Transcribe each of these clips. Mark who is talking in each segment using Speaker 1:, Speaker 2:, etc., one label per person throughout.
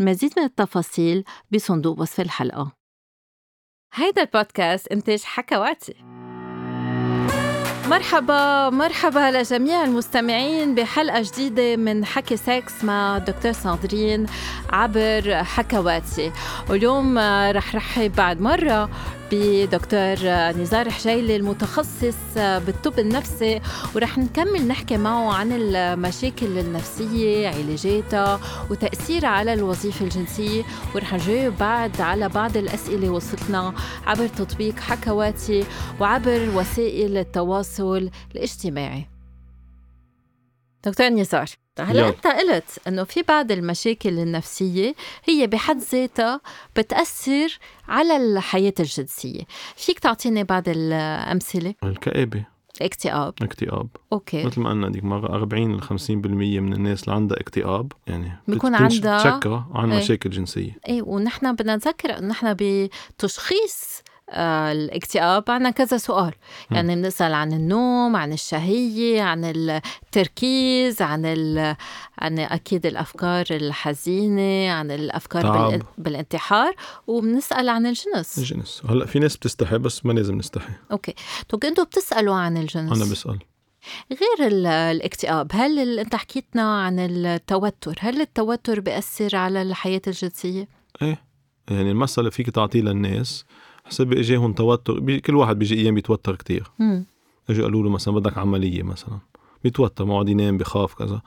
Speaker 1: المزيد من التفاصيل بصندوق وصف الحلقة هيدا البودكاست إنتاج حكواتي مرحبا مرحبا لجميع المستمعين بحلقة جديدة من حكي سكس مع دكتور ساندرين عبر حكواتي واليوم رح رحب بعد مرة بدكتور نزار حجيلي المتخصص بالطب النفسي ورح نكمل نحكي معه عن المشاكل النفسية علاجاتها وتأثيرها على الوظيفة الجنسية ورح نجاوب بعد على بعض الأسئلة وصلتنا عبر تطبيق حكواتي وعبر وسائل التواصل الاجتماعي دكتور نزار هلا انت قلت انه في بعض المشاكل النفسيه هي بحد ذاتها بتاثر على الحياه الجنسيه فيك تعطيني بعض الامثله
Speaker 2: الكآبة
Speaker 1: اكتئاب
Speaker 2: اكتئاب
Speaker 1: اوكي
Speaker 2: مثل ما قلنا ديك مرة 40 ل 50% من الناس اللي عندها اكتئاب يعني
Speaker 1: بيكون
Speaker 2: بتكون
Speaker 1: عندها-
Speaker 2: شكة عن
Speaker 1: إيه.
Speaker 2: مشاكل جنسية
Speaker 1: ايه ونحن بدنا نذكر انه نحن بتشخيص آه، الاكتئاب عنا كذا سؤال يعني بنسأل عن النوم عن الشهية عن التركيز عن ال... عن أكيد الأفكار الحزينة عن الأفكار
Speaker 2: تعب.
Speaker 1: بال... بالانتحار وبنسأل عن الجنس
Speaker 2: الجنس هلا في ناس بتستحي بس ما لازم نستحي
Speaker 1: أوكي طب أنتوا بتسألوا عن الجنس
Speaker 2: انا بسأل
Speaker 1: غير ال- الاكتئاب هل ال... أنت حكيتنا عن التوتر هل التوتر بيأثر على الحياة الجنسية؟
Speaker 2: ايه يعني المسألة فيك تعطيه للناس حسب اجاهم توتر بي... كل واحد بيجي ايام بيتوتر كتير
Speaker 1: مم.
Speaker 2: اجوا قالوا له مثلا بدك عملية مثلا بيتوتر ما عاد ينام بخاف كذا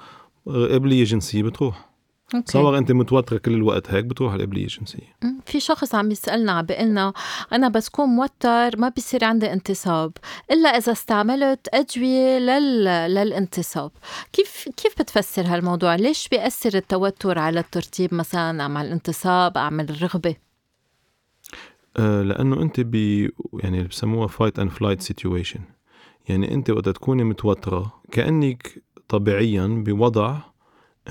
Speaker 2: قبلية جنسية بتروح
Speaker 1: إيه. أوكي.
Speaker 2: تصور انت متوترة كل الوقت هيك بتروح القبلية الجنسية
Speaker 1: مم، في شخص عم يسألنا عم بيقلنا أنا بس كون موتر ما بيصير عندي انتصاب إلا إذا استعملت أدوية لل... للانتصاب كيف كيف بتفسر هالموضوع ليش بيأثر التوتر على الترتيب مثلا أم على الانتصاب أم على الرغبة
Speaker 2: آه، لانه انت ب يعني اللي بسموها فايت اند فلايت سيتويشن يعني انت وقت تكوني متوتره كانك طبيعيا بوضع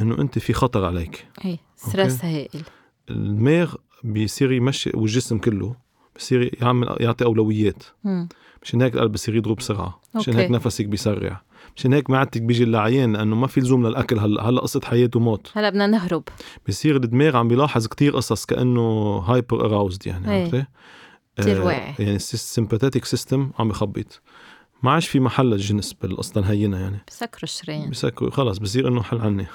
Speaker 2: انه انت في خطر عليك
Speaker 1: هي إيه، ستريس هائل
Speaker 2: الدماغ بيصير يمشي والجسم كله بصير يعمل يعطي اولويات
Speaker 1: مم.
Speaker 2: مشان هيك القلب بصير يضرب بسرعه مشان هيك
Speaker 1: أوكي.
Speaker 2: نفسك بيسرع مشان هيك معدتك بيجي اللعيان لانه ما في لزوم للاكل هلا هلا قصه حياه وموت
Speaker 1: هلا بدنا نهرب
Speaker 2: بصير الدماغ عم بيلاحظ كتير قصص كانه هايبر اراوزد يعني
Speaker 1: إيه.
Speaker 2: عرفتي؟
Speaker 1: كتير
Speaker 2: آه،
Speaker 1: واعي.
Speaker 2: يعني السمباتيك سيستم عم بخبط ما عادش في محل للجنس بالقصه الهينه يعني
Speaker 1: بسكروا الشرايين
Speaker 2: بسكر خلص بصير انه حل عني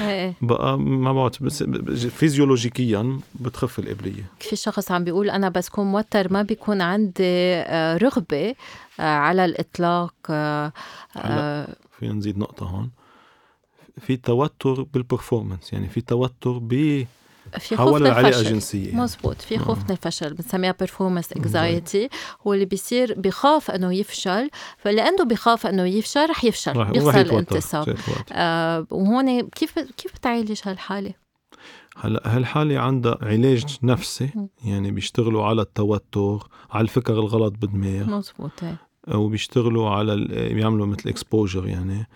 Speaker 1: إيه.
Speaker 2: بقى ما بعرف بس بس- فيزيولوجيكيا بتخف القبليه
Speaker 1: في شخص عم بيقول أنا بس كون موتر ما بيكون عندي آه، رغبة آه، على الإطلاق آه، آه،
Speaker 2: فينا نزيد نقطه هون في توتر بالبرفورمانس يعني في توتر ب
Speaker 1: في خوف
Speaker 2: حول
Speaker 1: من
Speaker 2: العلاقه
Speaker 1: الفشل
Speaker 2: الجنسيه
Speaker 1: مزبوط آه. في خوف من الفشل بنسميها performance anxiety هو اللي بيصير بخاف انه يفشل فلانه بخاف انه يفشل رح يفشل
Speaker 2: راح- راح
Speaker 1: بيخسر
Speaker 2: يتوتر.
Speaker 1: الانتصاب
Speaker 2: رح يتوتر.
Speaker 1: آه وهون كيف كيف بتعالج هالحاله؟
Speaker 2: هلا هالحالة عندها علاج نفسي يعني بيشتغلوا على التوتر على الفكر الغلط بالدماغ
Speaker 1: مزبوط إيه.
Speaker 2: وبيشتغلوا على ال- بيعملوا مثل اكسبوجر يعني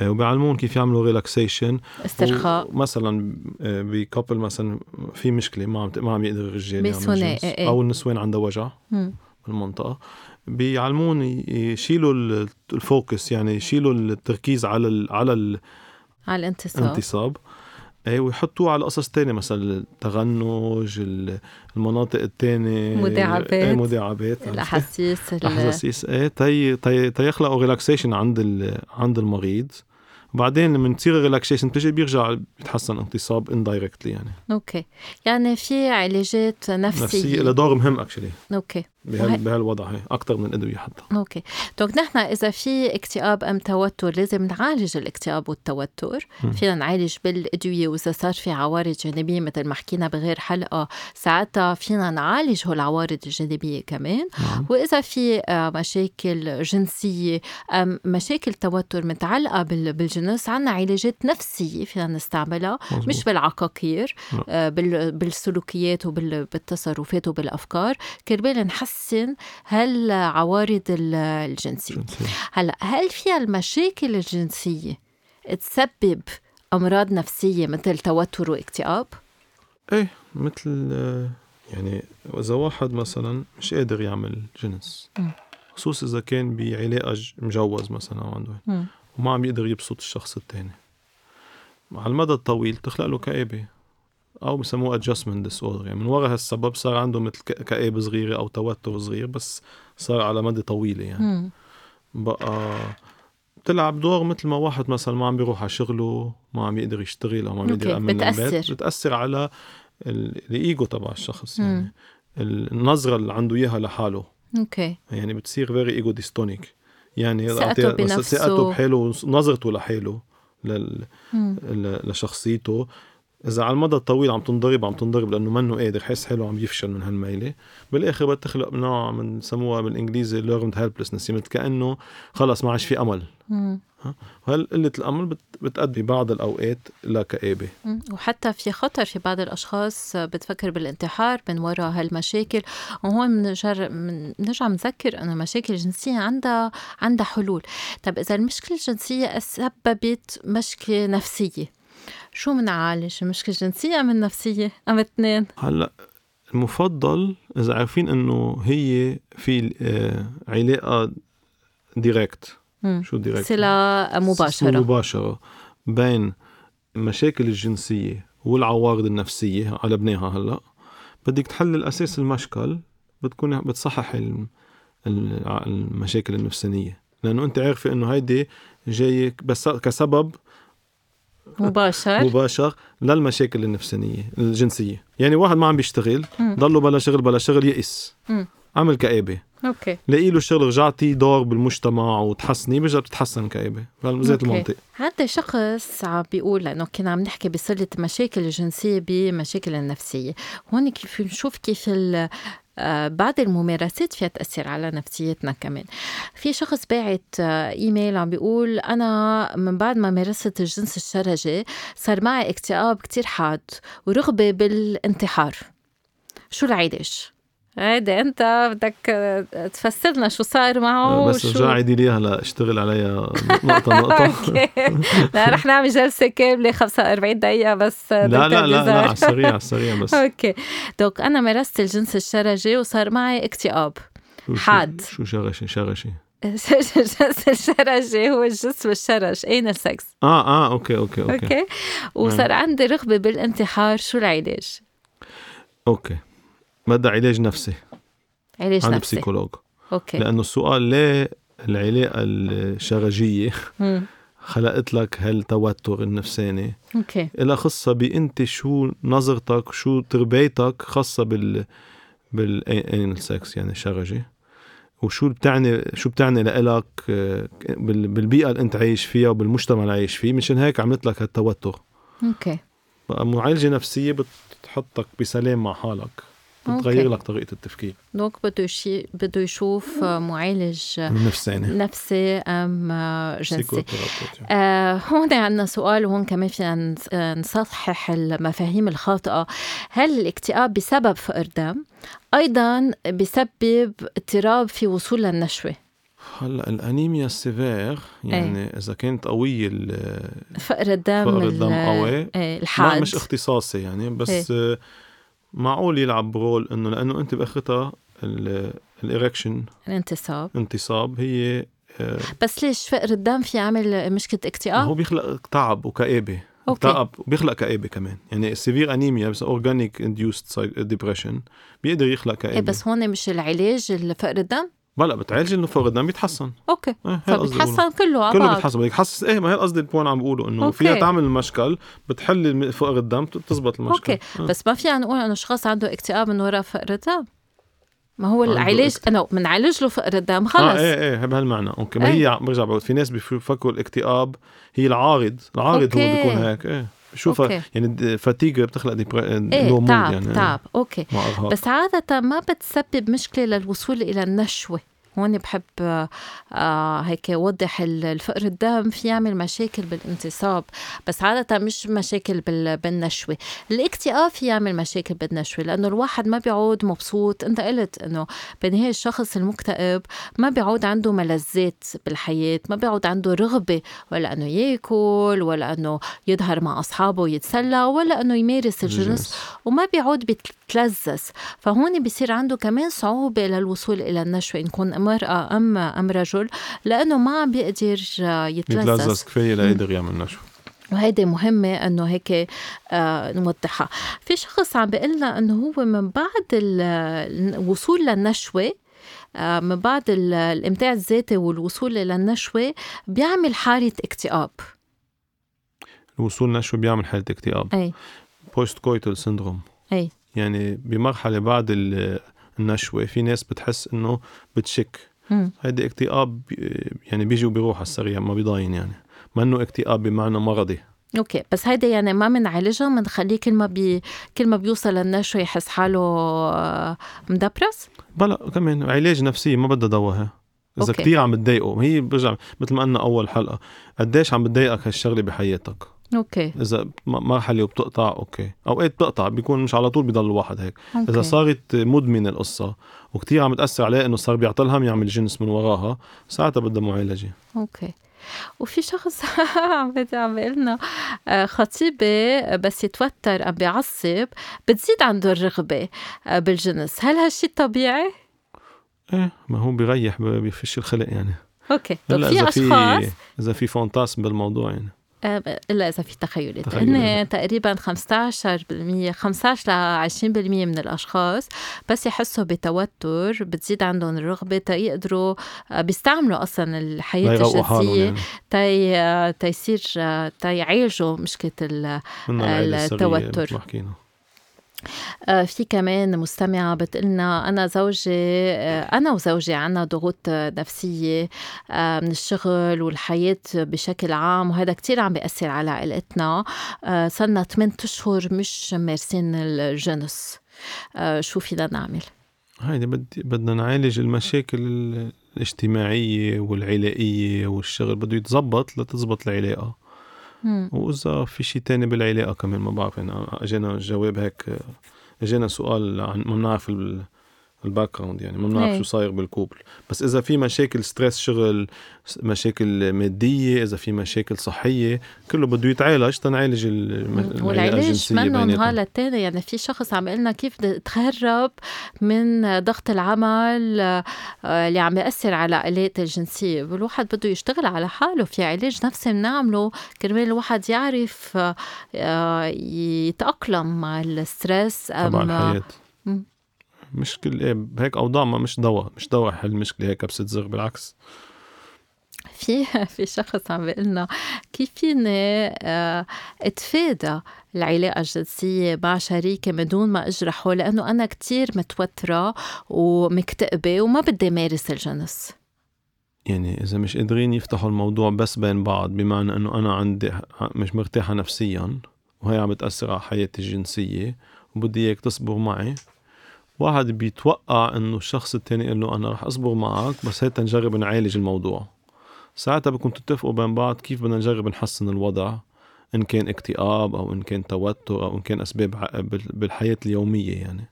Speaker 2: آه، وبيعلمون كيف يعملوا ريلاكسيشن
Speaker 1: استرخاء
Speaker 2: مثلا بكابل مثلا آه، في مشكله ما عم ت- ما عم يقدر الرجال يعمل
Speaker 1: بثنائي،
Speaker 2: جنس،
Speaker 1: إيه، إيه.
Speaker 2: او النسوان عندها وجع
Speaker 1: مم.
Speaker 2: بالمنطقه بيعلمون ي- يشيلوا ال- الفوكس يعني يشيلوا التركيز على ال على ال
Speaker 1: على الانتصاب
Speaker 2: انتصاب اي ويحطوه على قصص تانية مثلا التغنج ال- المناطق التانية
Speaker 1: مداعبات.
Speaker 2: إيه، مداعبات
Speaker 1: الاحاسيس ال-
Speaker 2: الاحاسيس ايه تي تي تيخلقوا ريلاكسيشن عند ال... عند المريض بعدين لما تصير ريلاكسيشن بتجي بيرجع بيتحسن انتصاب اندايركتلي يعني
Speaker 1: اوكي يعني في علاجات نفسيه
Speaker 2: نفسيه لها دور مهم اكشلي
Speaker 1: اوكي وهي-
Speaker 2: بهال بهالوضع هي اكثر من الادويه حتى
Speaker 1: اوكي دونك نحن اذا في اكتئاب ام توتر لازم نعالج الاكتئاب والتوتر
Speaker 2: مم.
Speaker 1: فينا نعالج بالادويه واذا صار في عوارض جانبيه مثل ما حكينا بغير حلقه ساعتها فينا نعالج هول العوارض الجانبيه كمان
Speaker 2: نعم.
Speaker 1: واذا في آه، مشاكل جنسيه ام مشاكل توتر متعلقه بال- بالجنس عندنا علاجات نفسيه فينا نستعملها
Speaker 2: مزبوط.
Speaker 1: مش بالعقاقير
Speaker 2: لا.
Speaker 1: آه، بال- بالسلوكيات وبالتصرفات وبالافكار كرمال نحسن هالعوارض ال- الجنسيه
Speaker 2: جنسية.
Speaker 1: هلا هل فيها المشاكل الجنسيه تسبب امراض نفسيه مثل توتر واكتئاب
Speaker 2: ايه مثل آه، يعني اذا واحد مثلا مش قادر يعمل جنس
Speaker 1: مم.
Speaker 2: خصوص اذا كان بعلاقه ج- مجوز مثلا او عنده هيك،
Speaker 1: مم.
Speaker 2: وما عم يقدر يبسط الشخص الثاني على المدى الطويل تخلق له كآبه او بسموه adjustment disorder يعني من وراء هالسبب صار عنده مثل ك- كآبه صغيره او توتر صغير بس صار على مدى طويله يعني
Speaker 1: مم.
Speaker 2: بقى بتلعب دور مثل ما واحد مثلا ما عم بيروح على شغله ما عم يقدر يشتغل او ما عم
Speaker 1: أوكي،
Speaker 2: يقدر يأمن للبيت
Speaker 1: بتأثر.
Speaker 2: بتأثر على ال- الايجو تبع الشخص
Speaker 1: مم.
Speaker 2: يعني النظرة اللي عنده اياها لحاله
Speaker 1: اوكي
Speaker 2: يعني بتصير فيري ايجو ديستونيك يعني
Speaker 1: ثقته
Speaker 2: أعطيها- مثلاً
Speaker 1: بنفسه.
Speaker 2: ثقته بحاله ونظرته لحاله لل...
Speaker 1: مم.
Speaker 2: ل- لشخصيته اذا على المدى الطويل عم تنضرب عم تنضرب لانه منه قادر حس حاله عم يفشل من هالميله بالاخر بتخلق نوع من سموها بالانجليزي ليرند هيلبلسنس مثل كانه يعني خلص ما عادش في امل
Speaker 1: مم.
Speaker 2: وهل قله الامل بت- بتؤدي بعض الاوقات لكابه
Speaker 1: مم. وحتى في خطر في بعض الأشخاص آه، بتفكر بالانتحار من وراء هالمشاكل وهون منجر من- منرجع نذكر أنه المشاكل الجنسية عندها عندها حلول طب إذا المشكلة الجنسية سببت مشكلة نفسية شو منعالج المشكلة الجنسية أم النفسية أم اثنين
Speaker 2: هلا المفضل اذا عارفين انه هي في آه، علاقه ديركت
Speaker 1: مم.
Speaker 2: شو ديركت
Speaker 1: صلة مباشرة
Speaker 2: مباشرة بين المشاكل الجنسية والعوارض النفسية على بناها هلا بدك تحل الأساس المشكل بتكون بتصحح الم- الع- المشاكل النفسانية لأنه أنت عارفة إنه هيدي جاية بس كسبب
Speaker 1: مباشر
Speaker 2: مباشر للمشاكل النفسانية الجنسية يعني واحد ما عم بيشتغل
Speaker 1: مم.
Speaker 2: ضله بلا شغل بلا شغل يئس
Speaker 1: مم.
Speaker 2: عمل كآبة
Speaker 1: أوكي
Speaker 2: لاقي له شغل رجعتي دور بالمجتمع وتحسني برجع بتتحسن كآبة بذات
Speaker 1: أوكي.
Speaker 2: المنطق
Speaker 1: عندي شخص عم بيقول لانه كنا عم نحكي بصله المشاكل الجنسيه بمشاكل النفسيه، هون كيف نشوف كيف ال آه، بعض الممارسات فيها تأثر على نفسيتنا كمان في شخص باعت آه، إيميل عم بيقول أنا من بعد ما مارست الجنس الشرجي صار معي اكتئاب كتير حاد ورغبة بالانتحار شو العلاج؟ هيدا أنت بدك آه، تفسر لنا آه، شو صار معه
Speaker 2: بس
Speaker 1: وشو-
Speaker 2: ارجع عيدي لي هلا اشتغل عليها نقطة نقطة
Speaker 1: اوكي لا رح نعمل جلسه كامله 45 دقيقه بس
Speaker 2: لا لا
Speaker 1: دكتور
Speaker 2: لا لا
Speaker 1: نزار.
Speaker 2: على السريع على السريع بس
Speaker 1: اوكي دوك انا مارست الجنس الشرجي وصار معي اكتئاب
Speaker 2: شو- شو-
Speaker 1: حاد.
Speaker 2: شو شغشي شغشي
Speaker 1: الجنس الشرجي هو الجسم الشرج انال سكس
Speaker 2: اه اه اوكي اوكي اوكي
Speaker 1: اوكي
Speaker 2: نعم.
Speaker 1: وصار عندي رغبه بالانتحار شو العلاج؟
Speaker 2: اوكي بدها علاج نفسي
Speaker 1: علاج
Speaker 2: عند
Speaker 1: نفسي
Speaker 2: بسيكولوج
Speaker 1: اوكي
Speaker 2: لانه السؤال ليه العلاقة الشغجية
Speaker 1: مم.
Speaker 2: خلقت لك هالتوتر النفساني
Speaker 1: اوكي
Speaker 2: إلها خاصة بأنت شو نظرتك شو تربيتك خاصة بال بالانال سكس يعني الشغجة وشو بتعني شو بتعني لإلك آه، بال- بالبيئة اللي أنت عايش فيها وبالمجتمع اللي عايش فيه مشان هيك عملت لك هالتوتر
Speaker 1: اوكي
Speaker 2: بقى معالجة نفسية بتحطك بسلام مع حالك بتغير لك طريقة التفكير
Speaker 1: دونك بده شي بده يشوف آه، معالج آه،
Speaker 2: النفساني
Speaker 1: نفسي ام آه، جنسي
Speaker 2: Psychotherapeutic.
Speaker 1: آه هون عندنا سؤال وهون كمان فينا نس- آه، نصحح المفاهيم الخاطئة هل الاكتئاب بسبب فقر دم؟ أيضا بسبب اضطراب في وصول للنشوة
Speaker 2: هلا الانيميا السيفير يعني اذا كانت قويه ال-
Speaker 1: فقر الدم
Speaker 2: فقر الدم
Speaker 1: ال-
Speaker 2: قوي.
Speaker 1: آه، الحاد
Speaker 2: ما مش اختصاصي يعني بس
Speaker 1: إيه.
Speaker 2: آه، معقول يلعب رول انه لانه انت باخرتها ال- الإريكشن
Speaker 1: الانتصاب
Speaker 2: انتصاب هي آه،
Speaker 1: بس ليش فقر الدم في عامل مشكلة اكتئاب؟
Speaker 2: هو بيخلق تعب وكآبة
Speaker 1: آه. أوكي.
Speaker 2: تعب وبيخلق كآبة كمان يعني السيفير انيميا بس اورجانيك انديوست ديبرشن بيقدر يخلق
Speaker 1: إيه
Speaker 2: كآبة
Speaker 1: بس هون مش العلاج الفقر الدم؟
Speaker 2: بلا بتعالج انه فقر الدم بيتحسن
Speaker 1: أوكي
Speaker 2: آه، هي قصدي أقوله.
Speaker 1: فبتحسن كله على
Speaker 2: كله
Speaker 1: بعض
Speaker 2: بتحسن بدك تحسس ايه ما هي قصدي البوان عم بقوله انه
Speaker 1: آه، أوكي.
Speaker 2: فيها تعمل المشكل بتحل الم- فقر الدم بتزبط المشكل
Speaker 1: أوكي
Speaker 2: آه.
Speaker 1: بس ما فينا نقول إنه شخص عنده اكتئاب من وراء فقر الدم ما هو
Speaker 2: عنده
Speaker 1: العلاج
Speaker 2: اكت-
Speaker 1: انه بنعالج له فقر الدم
Speaker 2: اه
Speaker 1: خلص
Speaker 2: ايه ايه بهالمعنى اوكي ما
Speaker 1: إيه.
Speaker 2: هي برجع بقول في ناس بيفكروا الاكتئاب هي العارض العارض هو
Speaker 1: أوكي.
Speaker 2: بيكون هيك ايه بشوفها
Speaker 1: أوكي.
Speaker 2: يعني فاتيجا بتخلق
Speaker 1: ايه
Speaker 2: لو مود
Speaker 1: تعب
Speaker 2: يعني إيه.
Speaker 1: تعب اوكي
Speaker 2: مع ارهاق
Speaker 1: بس عادة ما بتسبب مشكلة للوصول إلى النشوة هون بحب آه، آه، هيك وضح ال- الفقر الدم في يعمل مشاكل بالانتصاب بس عادة مش مشاكل بال- بالنشوة الاكتئاب في يعمل مشاكل بالنشوة لأنه الواحد ما بيعود مبسوط أنت قلت أنه بالنهاية الشخص المكتئب ما بيعود عنده ملذات بالحياة ما بيعود عنده رغبة ولا أنه ياكل ولا أنه يظهر مع أصحابه ويتسلى ولا أنه يمارس الجنس وما بيعود بيتلذذ فهون بصير عنده كمان صعوبة للوصول إلى النشوة إن كون مرأة أم أم رجل لأنه ما عم بيقدر آه، يتلذذ
Speaker 2: يتلذذ كفايه ليقدر يعمل نشوه
Speaker 1: وهيدي مهمة إنه هيك آه نوضحها في شخص عم بيقلنا إنه هو من بعد ال- الوصول للنشوة آه، من بعد ال- الامتاع الذاتي والوصول للنشوة بيعمل حالة اكتئاب
Speaker 2: الوصول نشوه بيعمل حاله اكتئاب
Speaker 1: أي
Speaker 2: بوست كويتال سيندروم
Speaker 1: أي
Speaker 2: يعني بمرحله بعد ال- النشوه في ناس بتحس انه بتشك
Speaker 1: مم.
Speaker 2: هيدي اكتئاب بي- يعني بيجي وبيروح على السريع ما بيضاين يعني ما انه اكتئاب بمعنى مرضي
Speaker 1: اوكي بس هيدا يعني ما بنعالجها بنخليه كل ما بي كل ما بيوصل للنشوة يحس حاله آه، مدبرس
Speaker 2: بلا كمان علاج نفسي ما بدها دواها اذا
Speaker 1: أوكي.
Speaker 2: كثير عم بتضايقه هي برجع مثل ما قلنا اول حلقه قديش عم بتضايقك هالشغله بحياتك
Speaker 1: اوكي
Speaker 2: اذا م- مرحله وبتقطع اوكي اوقات بتقطع بيكون مش على طول بضل الواحد هيك
Speaker 1: أوكي.
Speaker 2: اذا صارت مدمنه القصه وكتير عم تاثر عليه انه صار بيعطلها يعمل جنس من وراها ساعتها بدها معالجه
Speaker 1: اوكي وفي شخص عم بت- عم بيقلنا آه، خطيبه بس يتوتر أم بيعصب بتزيد عنده الرغبه آه، بالجنس هل هالشي طبيعي؟
Speaker 2: ايه ما هو بيريح ب- بيفش الخلق يعني
Speaker 1: اوكي طب
Speaker 2: هلا
Speaker 1: في
Speaker 2: اذا في
Speaker 1: اشخاص
Speaker 2: اذا في فانتاسم بالموضوع يعني
Speaker 1: آه، الا اذا في تخيلات هن
Speaker 2: تخيلات.
Speaker 1: تقريبا 15% 15 ل 20% من الاشخاص بس يحسوا بتوتر بتزيد عندهم الرغبه تيقدروا آه، بيستعملوا اصلا
Speaker 2: لا
Speaker 1: الحياه
Speaker 2: يروقوا حالهم
Speaker 1: الجنسيه
Speaker 2: يعني
Speaker 1: تي آه، تيصير آه، تيعالجوا مشكله ال-
Speaker 2: من العيله
Speaker 1: التوتر.
Speaker 2: التوتر حكينا
Speaker 1: آه، في كمان مستمعة بتقلنا أنا زوجي آه، أنا وزوجي عنا ضغوط آه، نفسية آه، من الشغل والحياة بشكل عام وهذا كتير عم بيأثر على علاقتنا آه، صرنا 8 أشهر مش مارسين الجنس آه، شو فينا نعمل؟
Speaker 2: هيدي بدي بدنا نعالج المشاكل ال- الاجتماعية والعلائية والشغل بده يتزبط لتزبط العلاقة
Speaker 1: مم.
Speaker 2: وإذا في شيء تاني بالعلاقة كمان ما بعرف أنا أجانا جواب هيك أجانا سؤال عن ما بنعرف ال- الباك جراوند يعني ما بنعرف
Speaker 1: إيه.
Speaker 2: شو صاير بالكوبل بس إذا في مشاكل ستريس شغل س- مشاكل مادية إذا في مشاكل صحية كله بده يتعالج تنعالج الم- العلاقة
Speaker 1: والعلاج
Speaker 2: الجنسية
Speaker 1: منه
Speaker 2: بيناتهم
Speaker 1: نهار للتاني يعني في شخص عم قلنا كيف د- تهرب من ضغط العمل آه، اللي عم يأثر على علاقته الجنسية والواحد بده يشتغل على حاله في علاج نفسي بنعمله كرمال الواحد يعرف آه، آه، يتأقلم مع الستريس
Speaker 2: تبع
Speaker 1: أم
Speaker 2: الحياة
Speaker 1: مم.
Speaker 2: مشكلة ايه هيك أوضاع ما مش دواء مش دواء حل المشكلة هيك بس تزغ بالعكس
Speaker 1: في في شخص عم بيقلنا كيف فيني آه، اتفادى العلاقة الجنسية مع شريكي من دون ما اجرحه لأنه أنا كتير متوترة ومكتئبة وما بدي مارس الجنس
Speaker 2: يعني إذا مش قادرين يفتحوا الموضوع بس بين بعض بمعنى إنه أنا عندي ح- مش مرتاحة نفسيا وهي عم بتأثر على حياتي الجنسية وبدي إياك تصبر معي واحد بيتوقع إنه الشخص التاني يقول له أنا رح أصبر معك بس هيك نجرب نعالج الموضوع ساعتها بكون تتفقوا بين بعض كيف بدنا نجرب نحسن الوضع إن كان اكتئاب أو إن كان توتر أو إن كان أسباب ع- بال- بالحياة اليومية يعني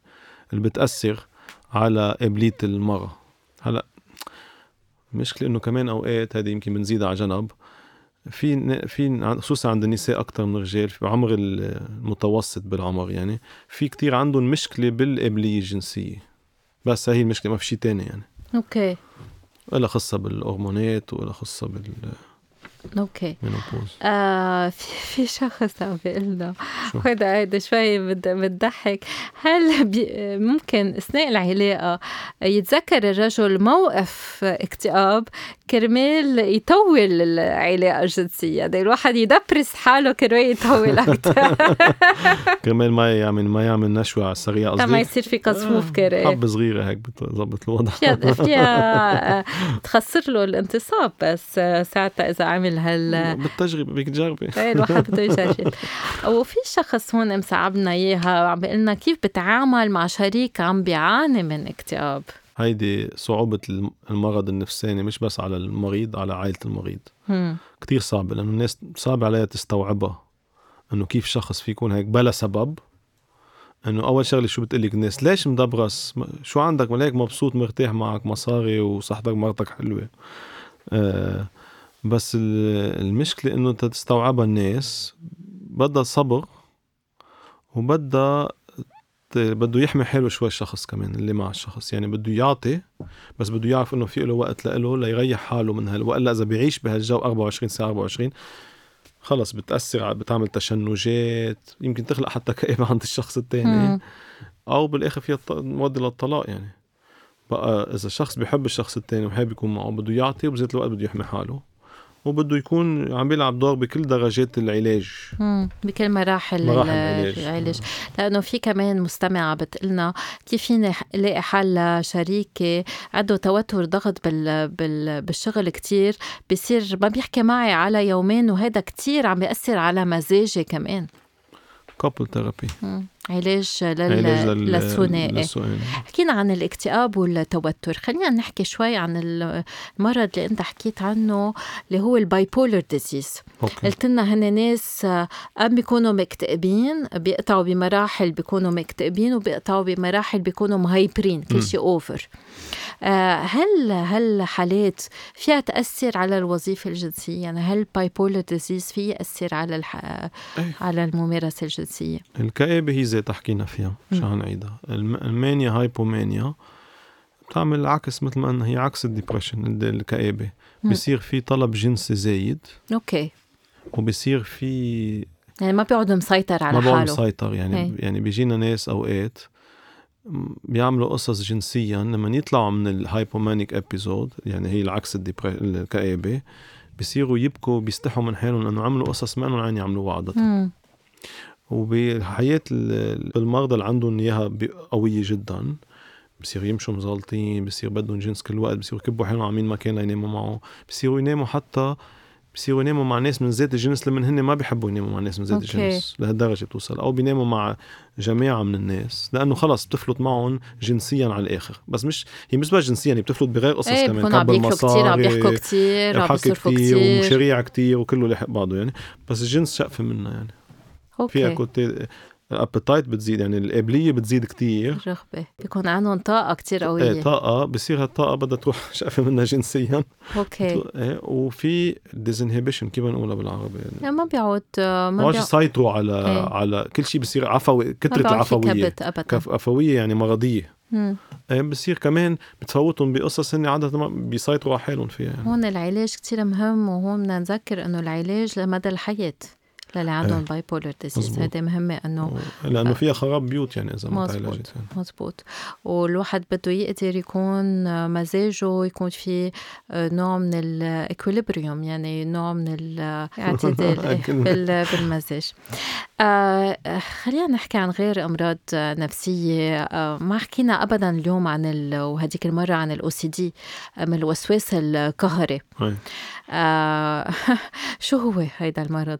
Speaker 2: اللي بتأثر على قابلية المرأة هلا المشكلة إنه كمان أوقات هذه يمكن بنزيدها على جنب في ن- في ن- خصوصا عند النساء أكثر من الرجال في عمر ال- المتوسط بالعمر يعني في كتير عندهم مشكلة بالقابلية الجنسية بس هي المشكلة ما في شيء تاني يعني
Speaker 1: اوكي
Speaker 2: ولا خاصة بالهرمونات ولا خاصة بال
Speaker 1: اوكي
Speaker 2: منوبوز
Speaker 1: آه في في شخص عم بيقول لنا
Speaker 2: شو؟
Speaker 1: هيدا هيدا شوي بت- بتضحك هل بي ممكن اثناء العلاقه يتذكر الرجل موقف اكتئاب كرمال يطول العلاقه الجنسيه دي الواحد يدبرس حاله كرمال يطول اكثر
Speaker 2: كرمال ما يعمل ما يعمل نشوه على السريع
Speaker 1: تا ما
Speaker 2: قصدي
Speaker 1: يصير في قصفوف كرمال
Speaker 2: حبه صغيره هيك بتظبط الوضع
Speaker 1: فيها فيها آه، تخسر له الانتصاب بس آه، ساعتها اذا عمل هال
Speaker 2: بالتجربه بدك تجربي
Speaker 1: ايه الواحد بده يجرب وفي شخص هون مسعبنا اياها وعم بيقول لنا كيف بتعامل مع شريك عم بيعاني من اكتئاب
Speaker 2: هيدي صعوبه الم- المرض النفساني مش بس على المريض على عائله المريض
Speaker 1: مم.
Speaker 2: كتير صعبة لأنه الناس صعب عليها تستوعبها إنه كيف شخص في يكون هيك بلا سبب إنه أول شغلة شو بتقلك الناس ليش مدبرس م- شو عندك ملاك مبسوط مرتاح معك مصاري وصحتك مرتك حلوة آه بس ال- المشكلة إنه أنت تستوعبها الناس بدها صبر وبدها ت- بده يحمي حاله شوي الشخص كمان اللي مع الشخص يعني بده يعطي بس بده يعرف انه في له وقت لإله ليريح حاله من هال والا اذا بيعيش بهالجو 24 ساعه 24 خلص بتاثر على- بتعمل تشنجات يمكن تخلق حتى كئيب عند الشخص الثاني
Speaker 1: مم.
Speaker 2: او بالاخر فيها الط- نودي للطلاق يعني بقى اذا شخص بيحب الشخص الثاني وحابب يكون معه بده يعطي وبذات الوقت بده يحمي حاله وبده يكون عم بيلعب دور بكل درجات العلاج
Speaker 1: مم. بكل مراحل ال-
Speaker 2: مراحل العلاج.
Speaker 1: العلاج لانه في كمان مستمعه بتقلنا كيف فيني ح- لاقي حل لشريكي عنده توتر ضغط بال... بال... بالشغل كتير بصير ما بيحكي معي على يومين وهذا كتير عم بياثر على مزاجي كمان
Speaker 2: كابل ثيرابي
Speaker 1: مم. علاج لل...
Speaker 2: علاج
Speaker 1: علاج
Speaker 2: لل-
Speaker 1: للثنائي
Speaker 2: للثنائي.
Speaker 1: حكينا عن الاكتئاب والتوتر خلينا نحكي شوي عن ال- المرض اللي انت حكيت عنه اللي هو الباي بولر ديزيز
Speaker 2: اوكي
Speaker 1: قلت لنا هن ناس آه، قد بيكونوا مكتئبين بيقطعوا بمراحل بيكونوا مكتئبين وبيقطعوا بمراحل بيكونوا مهايبرين
Speaker 2: مم.
Speaker 1: في شيء اوفر آه، هل هالحالات فيها تاثر على الوظيفه الجنسيه يعني هل الباي بولر ديزيز فيه ياثر على الح...
Speaker 2: أي.
Speaker 1: على الممارسه الجنسيه
Speaker 2: الكآبة هي زي حكينا فيها مش
Speaker 1: مم.
Speaker 2: هنعيدها الم- المانيا هايبومانيا بتعمل عكس مثل ما انها هي عكس الديبرشن ال- الكآبة
Speaker 1: مم.
Speaker 2: بصير في طلب جنسي زايد
Speaker 1: اوكي
Speaker 2: وبصير في
Speaker 1: يعني ما بيقعد مسيطر
Speaker 2: ما
Speaker 1: على
Speaker 2: بقى
Speaker 1: حاله
Speaker 2: مسيطر يعني
Speaker 1: إيه.
Speaker 2: يعني بيجينا ناس اوقات م- بيعملوا قصص جنسيا لما يطلعوا من الهايبومانيك ابيزود يعني هي العكس الديبر- الكآبة بصيروا يبكوا بيستحوا من حالهم لانه عملوا قصص ما انهم عين يعملوها عاده
Speaker 1: مم.
Speaker 2: وبحياة ال- المرضى اللي عندهم إياها بي- قوية جدا بصير يمشوا مزلطين بصير بدهم جنس كل وقت بصيروا يكبوا حالهم على مين ما كان يناموا معه بصيروا يناموا حتى بصيروا يناموا مع ناس من ذات الجنس اللي من هن ما بيحبوا يناموا مع ناس من ذات
Speaker 1: أوكي.
Speaker 2: الجنس لهالدرجة بتوصل أو بيناموا مع جماعة من الناس لأنه خلص بتفلت معهم جنسيا على الآخر بس مش هي مش بس جنسيا هي بتفلت بغير قصص
Speaker 1: ايه
Speaker 2: كمان
Speaker 1: بكونوا عم
Speaker 2: كبر
Speaker 1: بياكلوا كثير عم
Speaker 2: مصاري،
Speaker 1: بيحكوا كثير عم
Speaker 2: حكي
Speaker 1: بيصرفوا كثير
Speaker 2: كتير ومشاريع كتير وكله لحق بعضه يعني بس الجنس شقفة منه يعني فيها
Speaker 1: اوكي
Speaker 2: كوتي الابيتايت بتزيد يعني القابليه بتزيد كتير
Speaker 1: الرغبة بيكون عندهم طاقة كثير
Speaker 2: ايه
Speaker 1: قوية
Speaker 2: طاقه بصير هالطاقه بدها تروح شقفه منها جنسيا
Speaker 1: اوكي
Speaker 2: ايه وفي ديزنهيبيشن كيف بنقولها بالعربي يعني
Speaker 1: يعني ما بيعود
Speaker 2: ما
Speaker 1: ما
Speaker 2: بعرفش
Speaker 1: بيعود
Speaker 2: يسيطروا على
Speaker 1: إيه.
Speaker 2: على كل شيء بصير عفوي
Speaker 1: ما
Speaker 2: كثره
Speaker 1: بيعود في
Speaker 2: العفويه
Speaker 1: كبت ابدا
Speaker 2: كف عفويه يعني مرضيه
Speaker 1: مم.
Speaker 2: ايه بصير كمان بتفوتهم بقصص هن عاده ما بيسيطروا على حالهم فيها يعني
Speaker 1: هون العلاج كثير مهم وهون بدنا نذكر انه العلاج لمدى الحياة للي عندهم
Speaker 2: إيه.
Speaker 1: باي بولر ديزيز
Speaker 2: مزبوط.
Speaker 1: هيدي مهمة انه
Speaker 2: لانه فيها خراب بيوت يعني اذا ما
Speaker 1: مزبوط.
Speaker 2: تعالجت يعني
Speaker 1: مزبوط والواحد بده يقدر يكون آه، مزاجه يكون في آه، نوع من الاكوليبريوم يعني نوع من الاعتدال بال- بالمزاج آه، آه، خلينا نحكي عن غير امراض آه، نفسيه آه، ما حكينا ابدا اليوم عن ال- وهديك المره عن الاو سي دي آه، من الوسواس القهري
Speaker 2: إيه.
Speaker 1: آه، شو هو هيدا المرض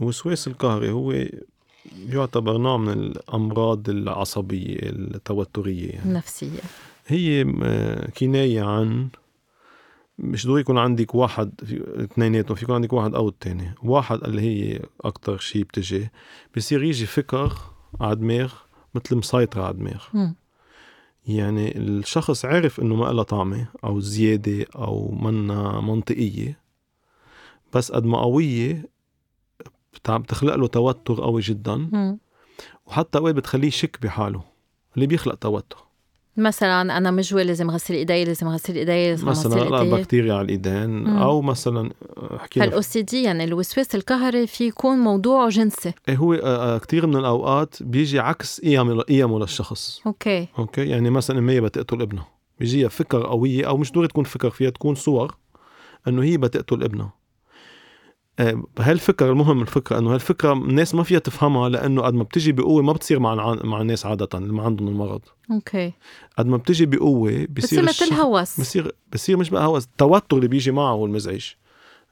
Speaker 2: الوسواس القهري هو يعتبر نوع من الأمراض العصبية التوترية يعني.
Speaker 1: النفسيه
Speaker 2: هي آه، كناية عن مش ضروري يكون عندك واحد في- اثنيناتهم في يكون عندك واحد أو الثاني واحد اللي هي أكتر شيء بتجي بصير يجي فكر على دماغ مثل مسيطرة على دماغ
Speaker 1: مم.
Speaker 2: يعني الشخص عرف انه ما لها طعمة او زيادة او منا منطقية بس قد ما قوية بتع- بتخلق له توتر قوي جدا
Speaker 1: مم.
Speaker 2: وحتى اوقات بتخليه يشك بحاله اللي بيخلق توتر
Speaker 1: مثلا انا مجوي لازم غسل ايدي لازم غسل ايدي لازم
Speaker 2: مثلا
Speaker 1: غسل
Speaker 2: لا
Speaker 1: ايدي
Speaker 2: بكتيريا على الايدين
Speaker 1: مم.
Speaker 2: او مثلا حكينا
Speaker 1: هالاو سي دي يعني الوسواس القهري في يكون موضوعه جنسي
Speaker 2: إيه هو آه، آه، كتير من الاوقات بيجي عكس قيمه قيمه للشخص
Speaker 1: اوكي
Speaker 2: اوكي يعني مثلا أم هي بتقتل ابنها بيجيها فكر قويه او مش ضروري تكون فكر فيها تكون صور انه هي بتقتل ابنها آه، هالفكرة المهم الفكرة انه هالفكرة الناس ما فيها تفهمها لانه قد ما بتجي بقوة ما بتصير مع الع- مع الناس عادة اللي ما عندهم المرض
Speaker 1: اوكي
Speaker 2: قد ما بتجي بقوة
Speaker 1: بصير
Speaker 2: بصير
Speaker 1: مثل
Speaker 2: الشخص-
Speaker 1: هوس
Speaker 2: بصير بصير مش بقى هوس التوتر اللي بيجي معه هو المزعج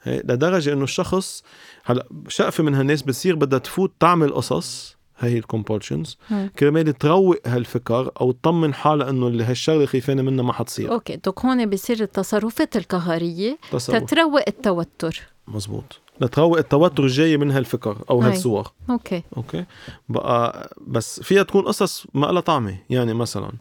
Speaker 2: هي- لدرجه انه الشخص هلا شقفه من هالناس بتصير بدها تفوت تعمل قصص هي الكومبولشنز
Speaker 1: مم.
Speaker 2: كرمال تروق هالفكر او تطمن حالها انه اللي هالشغله خيفانه منها ما حتصير
Speaker 1: اوكي دوك هون بصير التصرفات القهريه
Speaker 2: تصور
Speaker 1: تتروق التوتر
Speaker 2: مزبوط لتروق التوتر الجاي من هالفكر او
Speaker 1: هاي.
Speaker 2: هالصور
Speaker 1: اوكي
Speaker 2: اوكي بقى بس فيها تكون قصص ما لها طعمه يعني مثلا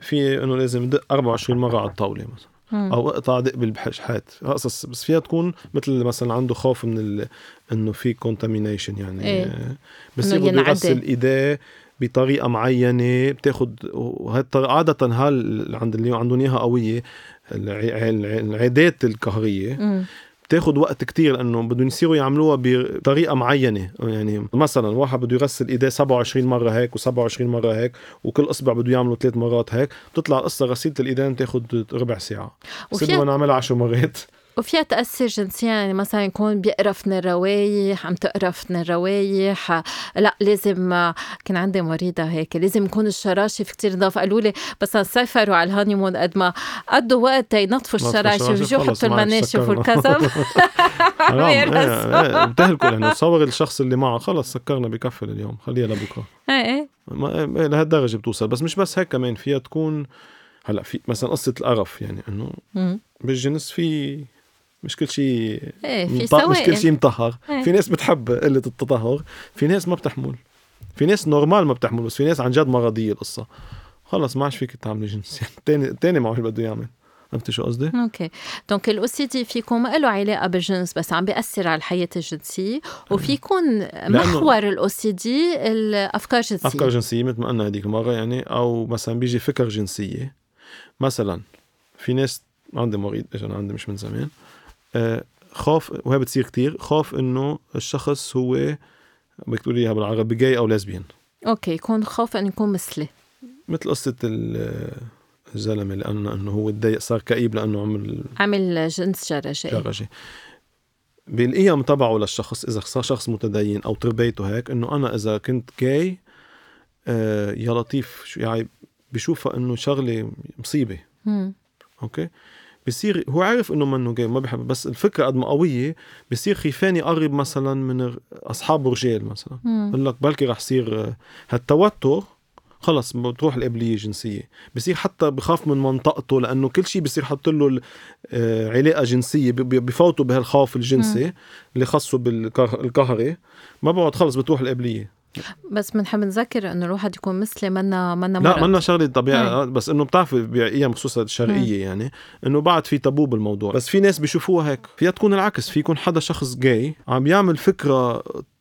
Speaker 2: في انه لازم دق 24 مره على الطاوله مثلا
Speaker 1: مم.
Speaker 2: او اقطع دق بالشحات قصص بس فيها تكون مثل مثلا عنده خوف من ال... انه في كونتامينيشن يعني
Speaker 1: إيه.
Speaker 2: آه، بصير
Speaker 1: إنه
Speaker 2: بده
Speaker 1: ينعدي.
Speaker 2: يغسل ايديه بطريقه معينه بتاخذ وهالطريقه عاده هال اللي عند اللي عندهم اياها قويه الع- الع- العادات القهريه
Speaker 1: مم.
Speaker 2: بتاخذ وقت كتير لانه بدهم يصيروا يعملوها بطريقه معينه يعني مثلا واحد بده يغسل ايديه 27 مره هيك و27 مره هيك وكل اصبع بده يعمله ثلاث مرات هيك بتطلع قصه غسيله الايدين تاخذ ربع ساعه
Speaker 1: وفيها-
Speaker 2: صرنا نعملها 10 مرات
Speaker 1: وفيها تأثر جنسيا يعني مثلا يكون بيقرف من الروايح عم تقرف من الروايح لا لازم كان عندي مريضة هيك لازم يكون الشراشف كتير نظاف قالوا لي بس سافروا على الهانيمون قد ما قضوا وقت ينظفوا
Speaker 2: نظفوا
Speaker 1: الشراشف
Speaker 2: الشراشف،
Speaker 1: يجوا
Speaker 2: خلص
Speaker 1: حطوا
Speaker 2: معك
Speaker 1: المناشف
Speaker 2: سكرنا.
Speaker 1: والكذا
Speaker 2: حرام إيه،
Speaker 1: يرقصوا.
Speaker 2: إيه، بتهلكوا يعني صور الشخص اللي معه خلص سكرنا بكفل اليوم خليها لبكره
Speaker 1: ايه
Speaker 2: ما إيه، لهالدرجه بتوصل بس مش بس هيك كمان فيها تكون هلا في مثلا قصه القرف يعني انه
Speaker 1: مم.
Speaker 2: بالجنس في مش كل شيء
Speaker 1: ايه في
Speaker 2: مط- مش كل
Speaker 1: سوائل
Speaker 2: شيء مطهر
Speaker 1: إيه.
Speaker 2: في ناس بتحب قله التطهر في ناس ما بتحمل في ناس نورمال ما بتحمل بس في ناس عن جد مرضيه القصه خلص ما عادش فيك تعملي جنس يعني الثاني الثاني ما عادش بده يعمل عرفتي شو قصدي؟
Speaker 1: اوكي دونك الاو سي دي فيكم ما له علاقه بالجنس بس عم بياثر على الحياه الجنسيه وفي يكون محور الاو سي دي الافكار الجنسيه
Speaker 2: افكار جنسيه مثل ما قلنا هذيك المره يعني او مثلا بيجي فكر جنسيه مثلا في ناس عندي مريض اجى أنا عندي مش من زمان آه، خوف وهي بتصير كتير خوف انه الشخص هو بدك تقولي اياها بالعربي جاي او ليزبيان
Speaker 1: اوكي يكون خوف ان يكون مثلي
Speaker 2: مثل قصه ال- الزلمه اللي قلنا انه هو اتضايق صار كئيب لانه عمل
Speaker 1: عامل جنس جرجي
Speaker 2: شغشة بالقيم تبعه للشخص اذا صار شخص متدين او تربيته هيك انه انا اذا كنت جاي آه يا لطيف شو يعني بشوفها انه شغله مصيبه
Speaker 1: مم.
Speaker 2: اوكي بصير هو عارف انه منه جاي ما بحب بس الفكره قد ما قويه بصير خيفاني اقرب مثلا من اصحابه رجال مثلا
Speaker 1: مم.
Speaker 2: بقول لك بلكي رح يصير آه، هالتوتر خلص بتروح القبليه الجنسيه بصير حتى بخاف من منطقته لانه كل شيء بصير حط له ال- آه، علاقه جنسيه ب- ب- بفوتوا بهالخوف الجنسي اللي خصه بالقهري ما بقعد خلص بتروح القبليه
Speaker 1: بس بنحب نذكر انه الواحد يكون مثلي منا منا
Speaker 2: لا
Speaker 1: مرض
Speaker 2: منا شغله طبيعي بس انه بتعرفي بايام خصوصا الشرقيه يعني انه بعد في تابو بالموضوع بس في ناس بيشوفوها هيك فيها تكون العكس في يكون حدا شخص جاي عم يعمل فكره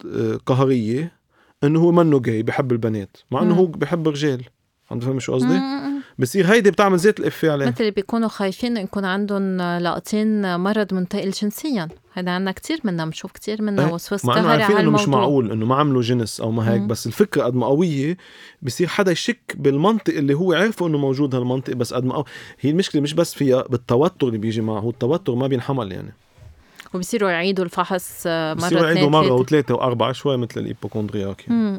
Speaker 2: آه، قهريه انه هو منه جاي بحب البنات مع انه
Speaker 1: مم.
Speaker 2: هو بحب الرجال عم تفهم شو
Speaker 1: مم،
Speaker 2: قصدي
Speaker 1: مم، مم.
Speaker 2: بصير هيدي بتعمل زيت الافي عليه
Speaker 1: مثل اللي بيكونوا خايفين يكون عندهم لاقطين مرض منتقل جنسيا هذا عنا كتير منا بنشوف كتير منا
Speaker 2: إيه،
Speaker 1: وسواس
Speaker 2: مع انه
Speaker 1: قهري
Speaker 2: عارفين
Speaker 1: على
Speaker 2: انه مش
Speaker 1: الموضوع
Speaker 2: معقول انه ما عملوا جنس او ما هيك
Speaker 1: مم.
Speaker 2: بس الفكره قد ما قويه بصير حدا يشك بالمنطق اللي هو عارفه انه موجود هالمنطق بس قد ما قو- هي المشكله مش بس فيها بالتوتر اللي بيجي معه هو التوتر ما بينحمل يعني
Speaker 1: وبصيروا يعيدوا الفحص آه، مرة
Speaker 2: بصيروا يعيدوا
Speaker 1: اتنين،
Speaker 2: مره
Speaker 1: تلاتة.
Speaker 2: وثلاثه واربعه شوي مثل الهيبوكوندرياك يعني.
Speaker 1: مم.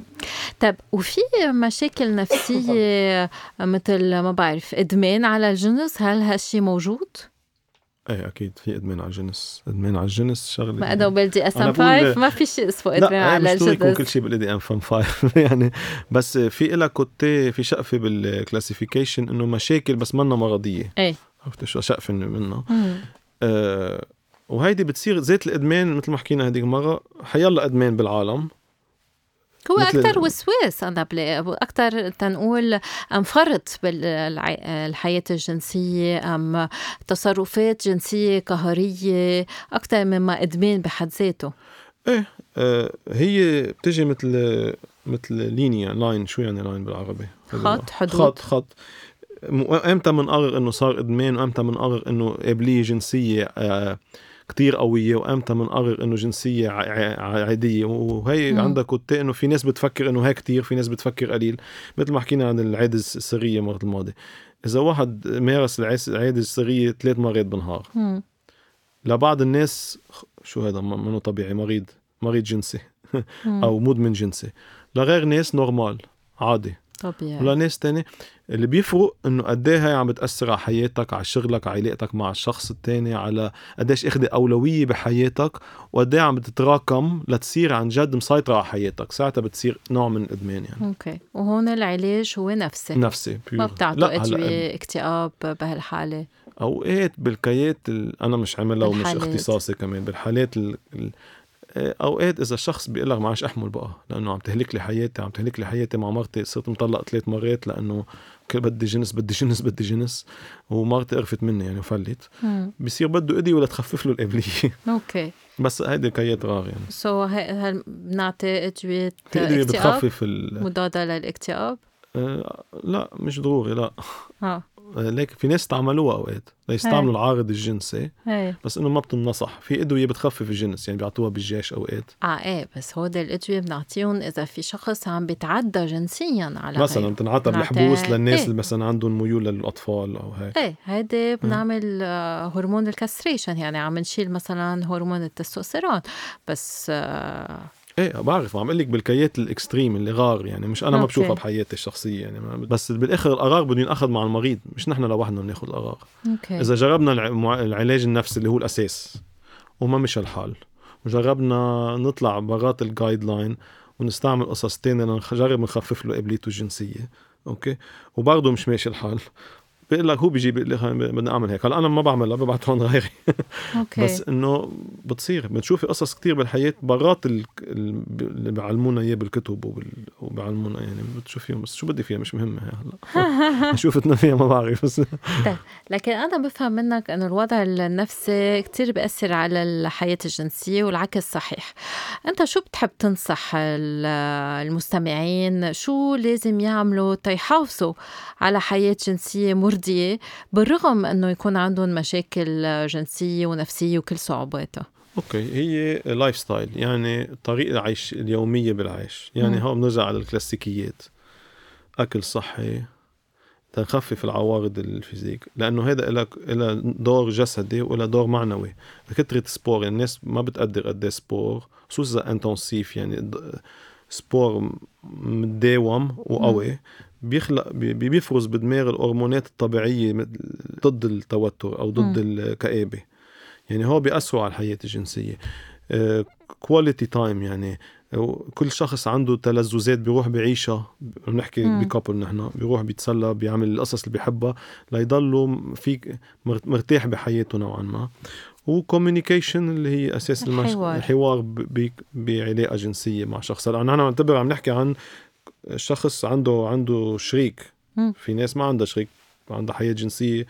Speaker 1: طب طيب، وفي مشاكل نفسية مثل ما بعرف إدمان على الجنس هل هالشي موجود؟
Speaker 2: ايه اكيد في ادمان على الجنس ادمان على الجنس شغله
Speaker 1: ما أنا بلدي اس
Speaker 2: أنا
Speaker 1: ام
Speaker 2: بقول-
Speaker 1: 5 ما في شيء اسمه إدمان
Speaker 2: لا
Speaker 1: على
Speaker 2: على مش ضروري يكون
Speaker 1: الجنس
Speaker 2: كل شيء بالاي دي ام فان 5 يعني بس في لها كوتي في شقفه بالكلاسيفيكيشن انه مشاكل بس منا مرضيه
Speaker 1: إيه.
Speaker 2: عرفت شو شقفه منها
Speaker 1: مم.
Speaker 2: آه، وهيدي بتصير زيت الادمان مثل ما حكينا هذيك المره حيلا ادمان بالعالم
Speaker 1: هو
Speaker 2: مثل-
Speaker 1: اكثر وسواس انا بلاقي اكثر تنقول انفرط بالحياه الجنسيه ام تصرفات جنسيه قهريه اكثر مما ادمان بحد ذاته
Speaker 2: آه، هي بتجي مثل مثل لينيا لاين شو يعني لاين بالعربي
Speaker 1: خط، حدود.
Speaker 2: خط خط م- امتى بنقرر انه صار ادمان وامتى بنقرر انه قابليه جنسيه آه، كتير قويه وامتى بنقرر انه جنسيه ع- ع- عاديه وهي
Speaker 1: مم.
Speaker 2: عندها كنت انه في ناس بتفكر انه هي كتير في ناس بتفكر قليل مثل ما حكينا عن العاده السريه المره الماضيه اذا واحد مارس العس- العاده السريه ثلاث مرات بالنهار
Speaker 1: مم.
Speaker 2: لبعض الناس خ- شو هذا م- منو طبيعي مريض مريض جنسي
Speaker 1: مم.
Speaker 2: او مدمن جنسي لغير ناس نورمال عادي
Speaker 1: طبيعي
Speaker 2: ولا ناس تاني اللي بيفرق انه قد ايه هي عم بتاثر على حياتك على شغلك على علاقتك مع الشخص التاني على قديش اخذ اولويه بحياتك وقد ايه عم بتتراكم لتصير عن جد مسيطره على حياتك ساعتها بتصير نوع من الادمان يعني
Speaker 1: اوكي وهون العلاج هو نفسي
Speaker 2: نفسي
Speaker 1: ما
Speaker 2: pure.
Speaker 1: بتعطوا
Speaker 2: نعم. لا هلا
Speaker 1: ادويه اكتئاب بهالحاله
Speaker 2: اوقات بالكيات ال... انا مش عاملها ومش
Speaker 1: بالحالات.
Speaker 2: اختصاصي كمان بالحالات ال... ال... اوقات اذا الشخص بيقول لك معلش احمل بقى لانه عم تهلك لي حياتي عم تهلك لي حياتي مع مرتي صرت مطلق ثلاث مرات لانه كل بدي جنس بدي جنس بدي جنس ومرتي قرفت مني يعني وفلت
Speaker 1: مم.
Speaker 2: بصير بده ايدي ولا تخفف له القبليه
Speaker 1: اوكي
Speaker 2: بس هيدي الكيات غار يعني
Speaker 1: سو هل بنعطي ادويه
Speaker 2: في
Speaker 1: طيب،
Speaker 2: ادويه
Speaker 1: اكتئاب
Speaker 2: بتخفف ال...
Speaker 1: مضاده للاكتئاب
Speaker 2: آه، لا مش ضروري لا
Speaker 1: اه
Speaker 2: آه، لكن في ناس استعملوها اوقات ليستعملوا العارض الجنسي
Speaker 1: ايه
Speaker 2: بس انه ما بتنصح في ادويه بتخفف الجنس يعني بيعطوها بالجيش اوقات
Speaker 1: اه ايه بس هودي الادويه بنعطيهم اذا في شخص عم بيتعدى جنسيا على
Speaker 2: مثلا
Speaker 1: غيره.
Speaker 2: بتنعطى
Speaker 1: بنعطيها-
Speaker 2: بالحبوس للناس
Speaker 1: إيه.
Speaker 2: اللي مثلا عندهم ميول للاطفال او هيك
Speaker 1: ايه هيدي بنعمل آه، هرمون الكاستريشن يعني عم نشيل مثلا هرمون التستوستيرون بس آه،
Speaker 2: ايه بعرف عم اقول لك بالكيات الاكستريم اللي غار يعني مش انا ما
Speaker 1: أوكي.
Speaker 2: بشوفها بحياتي الشخصيه يعني ما- بس بالاخر القرار بده ينأخذ مع المريض مش نحن لوحدنا بناخذ القرار
Speaker 1: اوكي
Speaker 2: اذا جربنا الع- مع- العلاج النفسي اللي هو الاساس وما مشى الحال وجربنا نطلع برات الجايد لاين ونستعمل قصص تانية لنجرب نخفف له قابليته الجنسيه اوكي وبرضه مش ماشي الحال بيقول لك هو بيجي بيقول لك بدنا اعمل هيك هلا انا ما بعملها ببعت هون غيري
Speaker 1: اوكي
Speaker 2: بس انه بتصير بتشوفي قصص كتير بالحياه برات ال- ال- اللي بيعلمونا اياه بالكتب وبال... وبيعلمونا يعني بتشوفيهم بس شو بدي فيها مش مهمه هي هلا شوفتنا فيها ما بعرف بس
Speaker 1: لكن انا بفهم منك انه الوضع النفسي كتير بياثر على الحياه الجنسيه والعكس صحيح انت شو بتحب تنصح ال- المستمعين شو لازم يعملوا تيحافظوا على حياه جنسيه مرضيه بالرغم انه يكون عندهم مشاكل جنسيه ونفسيه وكل صعوباتها
Speaker 2: اوكي هي لايف ستايل يعني طريقه العيش اليوميه بالعيش يعني
Speaker 1: مم.
Speaker 2: هون بنرجع على الكلاسيكيات اكل صحي تخفف العوارض الفيزيك لانه هذا لك لها دور جسدي ولا دور معنوي كثره سبور يعني الناس ما بتقدر قد ايه سبور خصوصا اذا انتنسيف يعني د- سبور م- مداوم وقوي بيخلق بي- بي- بيفرز بدماغ الهرمونات الطبيعيه مثل- ضد التوتر او ضد الكآبه يعني هو بيأثروا على الحياة الجنسية كواليتي تايم يعني و- كل شخص عنده تلذذات بيروح بيعيشها بنحكي
Speaker 1: مم.
Speaker 2: بكابل نحن بيروح بيتسلى بيعمل القصص اللي بيحبها ليضلوا م- في مر- مرتاح بحياته نوعا ما وكوميونيكيشن اللي هي اساس المش...
Speaker 1: الحوار.
Speaker 2: الحوار ب... ب... بعلاقه جنسيه مع شخص هلا نحن عم نعتبر عم نحكي عن شخص عنده عنده شريك
Speaker 1: مم.
Speaker 2: في ناس ما عندها شريك عندها حياه جنسيه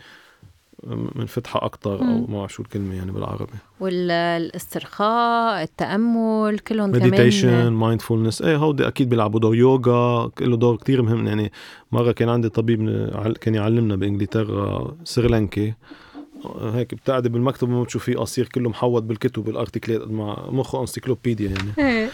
Speaker 2: منفتحه اكثر او
Speaker 1: مم.
Speaker 2: ما بعرف شو الكلمه يعني بالعربي
Speaker 1: والاسترخاء التامل كلهم
Speaker 2: مديتيشن
Speaker 1: كمان
Speaker 2: مايندفولنس ايه هودي اكيد بيلعبوا دور يوغا له دور كتير مهم يعني مره كان عندي طبيب من- عل- كان يعلمنا بانجلترا سريلانكي هيك بتقعدي بالمكتب ما بتشوفيه قصير كله محوط بالكتب بالارتكلات قد ما مخه انسيكلوبيديا يعني
Speaker 1: ايه
Speaker 2: آه،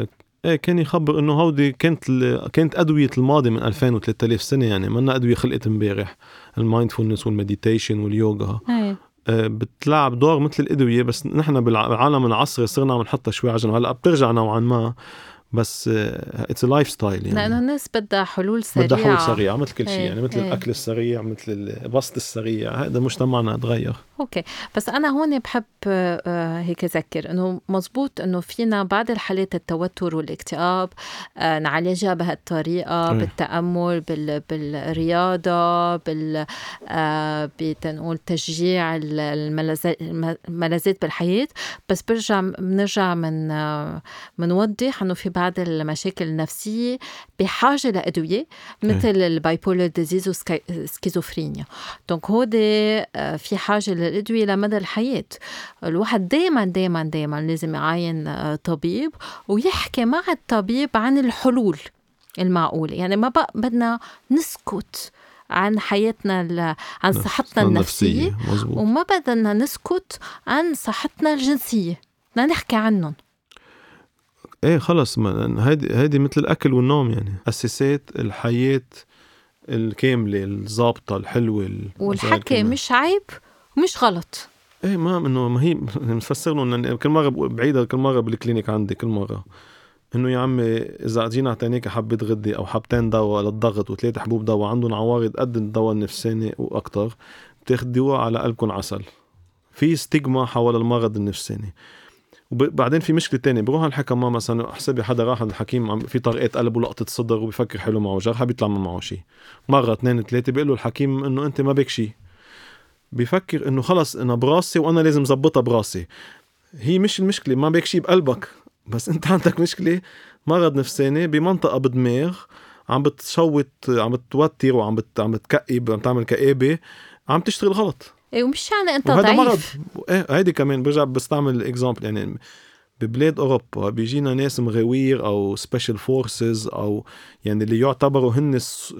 Speaker 2: آه، ايه كان يخبر انه هودي كانت ال- كانت ادويه الماضي من 2000 و 3000 سنه يعني منا ادويه خلقت امبارح المايندفولنس والمديتيشن واليوغا
Speaker 1: ايه
Speaker 2: آه، بتلعب دور مثل الادويه بس نحن بالع- بالعالم العصري صرنا عم نحطها شوي على جنب هلا بترجع نوعا ما بس آه، اتس لايف ستايل يعني
Speaker 1: لانه الناس بدها حلول سريعه
Speaker 2: بدها حلول سريعه مثل كل شيء
Speaker 1: إيه،
Speaker 2: يعني مثل
Speaker 1: إيه.
Speaker 2: الاكل السريع مثل البسط السريع هذا مجتمعنا تغير
Speaker 1: اوكي بس انا هون بحب آه، آه، هيك اذكر انه مزبوط انه فينا بعض الحالات التوتر والاكتئاب آه، نعالجها بهالطريقه
Speaker 2: أي.
Speaker 1: بالتامل بال بالرياضه بال آه، بتنقول تشجيع ال- الملذات الم- الملذات بالحياه بس برجع بنرجع من آه، بنوضح انه في بعض المشاكل النفسيه بحاجه لادويه مثل البايبولر ديزيز والسكيزوفرينيا دونك هودي آه، في حاجه للادويه لمدى الحياه الواحد دائما دائما دائما لازم يعاين آه، طبيب ويحكي مع الطبيب عن الحلول المعقوله يعني ما بقى بدنا نسكت عن حياتنا ال- عن صحتنا النفسية
Speaker 2: مزبوط
Speaker 1: وما بدنا نسكت عن صحتنا الجنسية بدنا نحكي عنهم
Speaker 2: ايه خلص ما هيدي هيدي مثل الاكل والنوم يعني اساسات الحياه الكامله الظابطه الحلوه ال-
Speaker 1: والحكي
Speaker 2: كمان.
Speaker 1: مش عيب ومش غلط
Speaker 2: ايه ما انه ما هي بنفسر لهم إن كل مره بقول- بعيدها كل مره بالكلينيك عندي كل مره انه يا عمي اذا جينا اعطيناك حبه غدي او حبتين دواء للضغط وثلاث حبوب دواء عندهم عوارض قد الدواء النفساني واكثر بتاخدوها على قلبكم عسل في ستيغما حول المرض النفساني وبعدين في مشكله تانية بروح على الحكم مثلا حسابي حدا راح عند الحكيم عم- في طرقات قلب ولقطه صدر وبفكر حلو معه جرحه بيطلع ما معه شيء مره اثنين ثلاثه بيقول له الحكيم انه انت ما بك شيء بيفكر انه خلص انا براسي وانا لازم زبطها براسي هي مش المشكله ما بك شيء بقلبك بس انت عندك مشكله مرض نفساني بمنطقه بدماغ عم بتشوت عم بتوتر وعم بت عم بتكئب عم تعمل كآبه عم تشتغل غلط
Speaker 1: إيه ومش يعني انت
Speaker 2: وهذا
Speaker 1: ضعيف
Speaker 2: مرض ايه هيدي كمان برجع بستعمل اكزامبل يعني ببلاد اوروبا بيجينا ناس مغاوير او سبيشال فورسز او يعني اللي يعتبروا هن الس-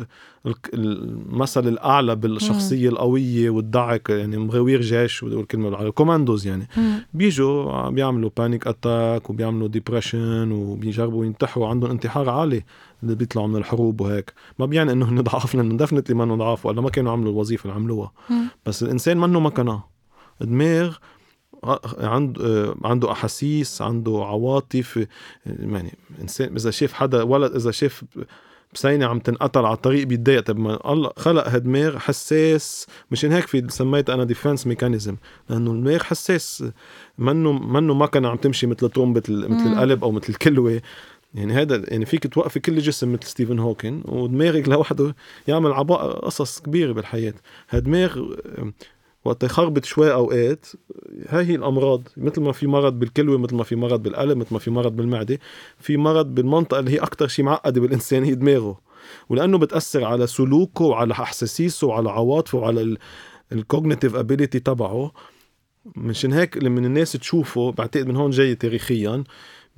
Speaker 2: الك- المثل الاعلى بالشخصيه القويه والدعك يعني مغاوير جيش والكلمه بالعربي كوماندوز يعني
Speaker 1: مم.
Speaker 2: بيجوا ع- بيعملوا بانيك اتاك وبيعملوا ديبرشن وبيجربوا ينتحروا عندهم انتحار عالي اللي بيطلعوا من الحروب وهيك ما بيعني انه هن ضعاف لانه دفنتلي ما ضعاف ولا ما كانوا عملوا الوظيفه اللي عملوها
Speaker 1: مم.
Speaker 2: بس الانسان منه مكنه دماغ ع- عند آه، عنده احاسيس عنده عواطف آه، يعني انسان اذا شاف حدا ولد اذا شاف بسينة عم تنقطع على الطريق بيتضايق طب ما الله خلق هالدماغ حساس مشان هيك في سميت انا ديفنس ميكانيزم لانه الدماغ حساس منه منه مكنه عم تمشي مثل طرمبه ال- مثل
Speaker 1: مم.
Speaker 2: القلب او مثل الكلوه يعني هذا يعني فيك توقفي كل جسم مثل ستيفن هوكن ودماغك لوحده يعمل عباء قصص كبيره بالحياه هالدماغ آه، وقت يخربط شوي اوقات هاي هي الامراض مثل ما في مرض بالكلوه مثل ما في مرض بالقلب مثل ما في مرض بالمعده في مرض بالمنطقه اللي هي اكثر شيء معقده بالانسان هي دماغه ولانه بتاثر على سلوكه وعلى احاسيسه وعلى عواطفه وعلى الكوجنيتيف ابيليتي تبعه مشان هيك لما الناس تشوفه بعتقد من هون جاي تاريخيا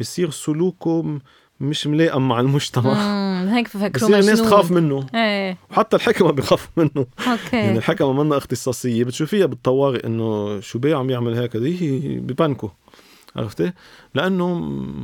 Speaker 2: بصير سلوكه م- مش ملائم مع المجتمع
Speaker 1: مم. هيك بفكروا
Speaker 2: بصير
Speaker 1: مجنون
Speaker 2: الناس تخاف منه
Speaker 1: ايه
Speaker 2: وحتى الحكمه بخافوا منه يعني
Speaker 1: اوكي
Speaker 2: الحكم منا اختصاصيه بتشوفيها بالطوارئ انه شو بيه عم يعمل هيك دي ببنكو عرفتي؟ لانه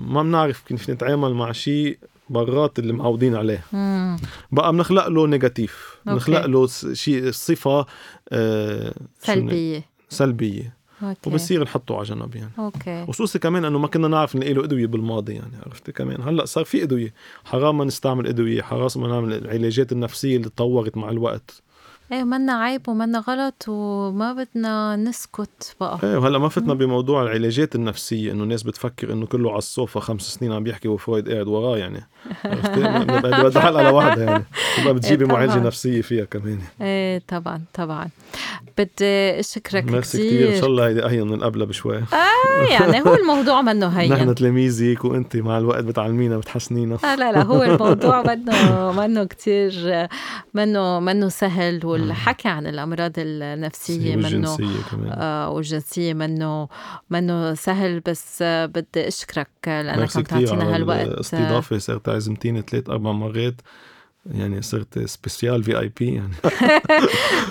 Speaker 2: ما بنعرف كيف نتعامل مع شيء برات اللي معودين عليه
Speaker 1: مم.
Speaker 2: بقى بنخلق له نيجاتيف
Speaker 1: أوكي.
Speaker 2: بنخلق له س- شيء صفه آه شو بن-
Speaker 1: سلبية إيه.
Speaker 2: سلبيه
Speaker 1: اوكي
Speaker 2: وبصير نحطه على جنب يعني
Speaker 1: اوكي
Speaker 2: خصوصي كمان انه ما كنا نعرف نلاقي له ادويه بالماضي يعني عرفتي كمان هلا صار في ادويه حرام ما نستعمل ادويه حرام ما نعمل العلاجات النفسيه اللي تطورت مع الوقت
Speaker 1: ايه منا عيب ومنا غلط وما بدنا نسكت بقى
Speaker 2: ايه وهلا ما فتنا بموضوع العلاجات النفسيه انه الناس بتفكر انه كله على الصوفه خمس سنين عم يحكي وفرويد قاعد وراه يعني عرفتي؟ ما- ما- بدها بدها حلقه لوحدها يعني ما بتجيبي
Speaker 1: إيه طبعاً.
Speaker 2: معالجه نفسيه فيها كمان
Speaker 1: ايه طبعا طبعا بدي اشكرك
Speaker 2: ميرسي كثير ان شاء
Speaker 1: كثير
Speaker 2: الله هيدي اهين من قبلها بشوي
Speaker 1: آه يعني هو الموضوع منه هين
Speaker 2: نحن تلاميذك وانت مع الوقت بتعلمينا بتحسنينا
Speaker 1: آه لا لا هو الموضوع منه منه كتير منه منه سهل والحكي عن الأمراض النفسية منه
Speaker 2: والجنسيه كمان
Speaker 1: آه والجنسية منه منه سهل بس آه بدي أشكرك لأنك
Speaker 2: ميرسي
Speaker 1: عم
Speaker 2: كثير
Speaker 1: تعطينا
Speaker 2: على
Speaker 1: هالوقت آه،
Speaker 2: الاستضافه صرت عزمتيني ثلاث اربع مرات يعني صرت سبيسيال في اي بي يعني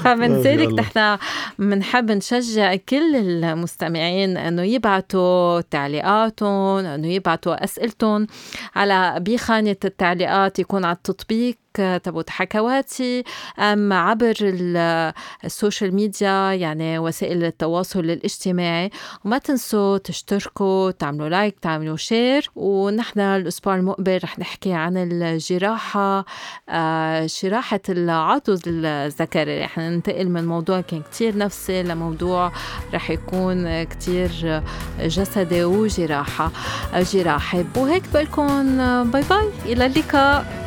Speaker 1: فمن
Speaker 2: يا
Speaker 1: ذلك
Speaker 2: الله.
Speaker 1: نحن بنحب نشجع كل المستمعين انه يبعتوا تعليقاتهم انه يبعتوا اسئلتهم على بخانة التعليقات يكون على التطبيق آه، تبوت حكواتي أم عبر ال- السوشيال ميديا يعني وسائل التواصل الاجتماعي وما تنسوا تشتركوا تعملوا لايك تعملوا شير ونحن الأسبوع المقبل رح نحكي عن الجراحة آه، شراحة العضد الذكري رح ننتقل من موضوع كان كتير نفسي لموضوع رح يكون كتير جسدي وجراحة جراحي وهيك بقلكن باي باي إلى اللقاء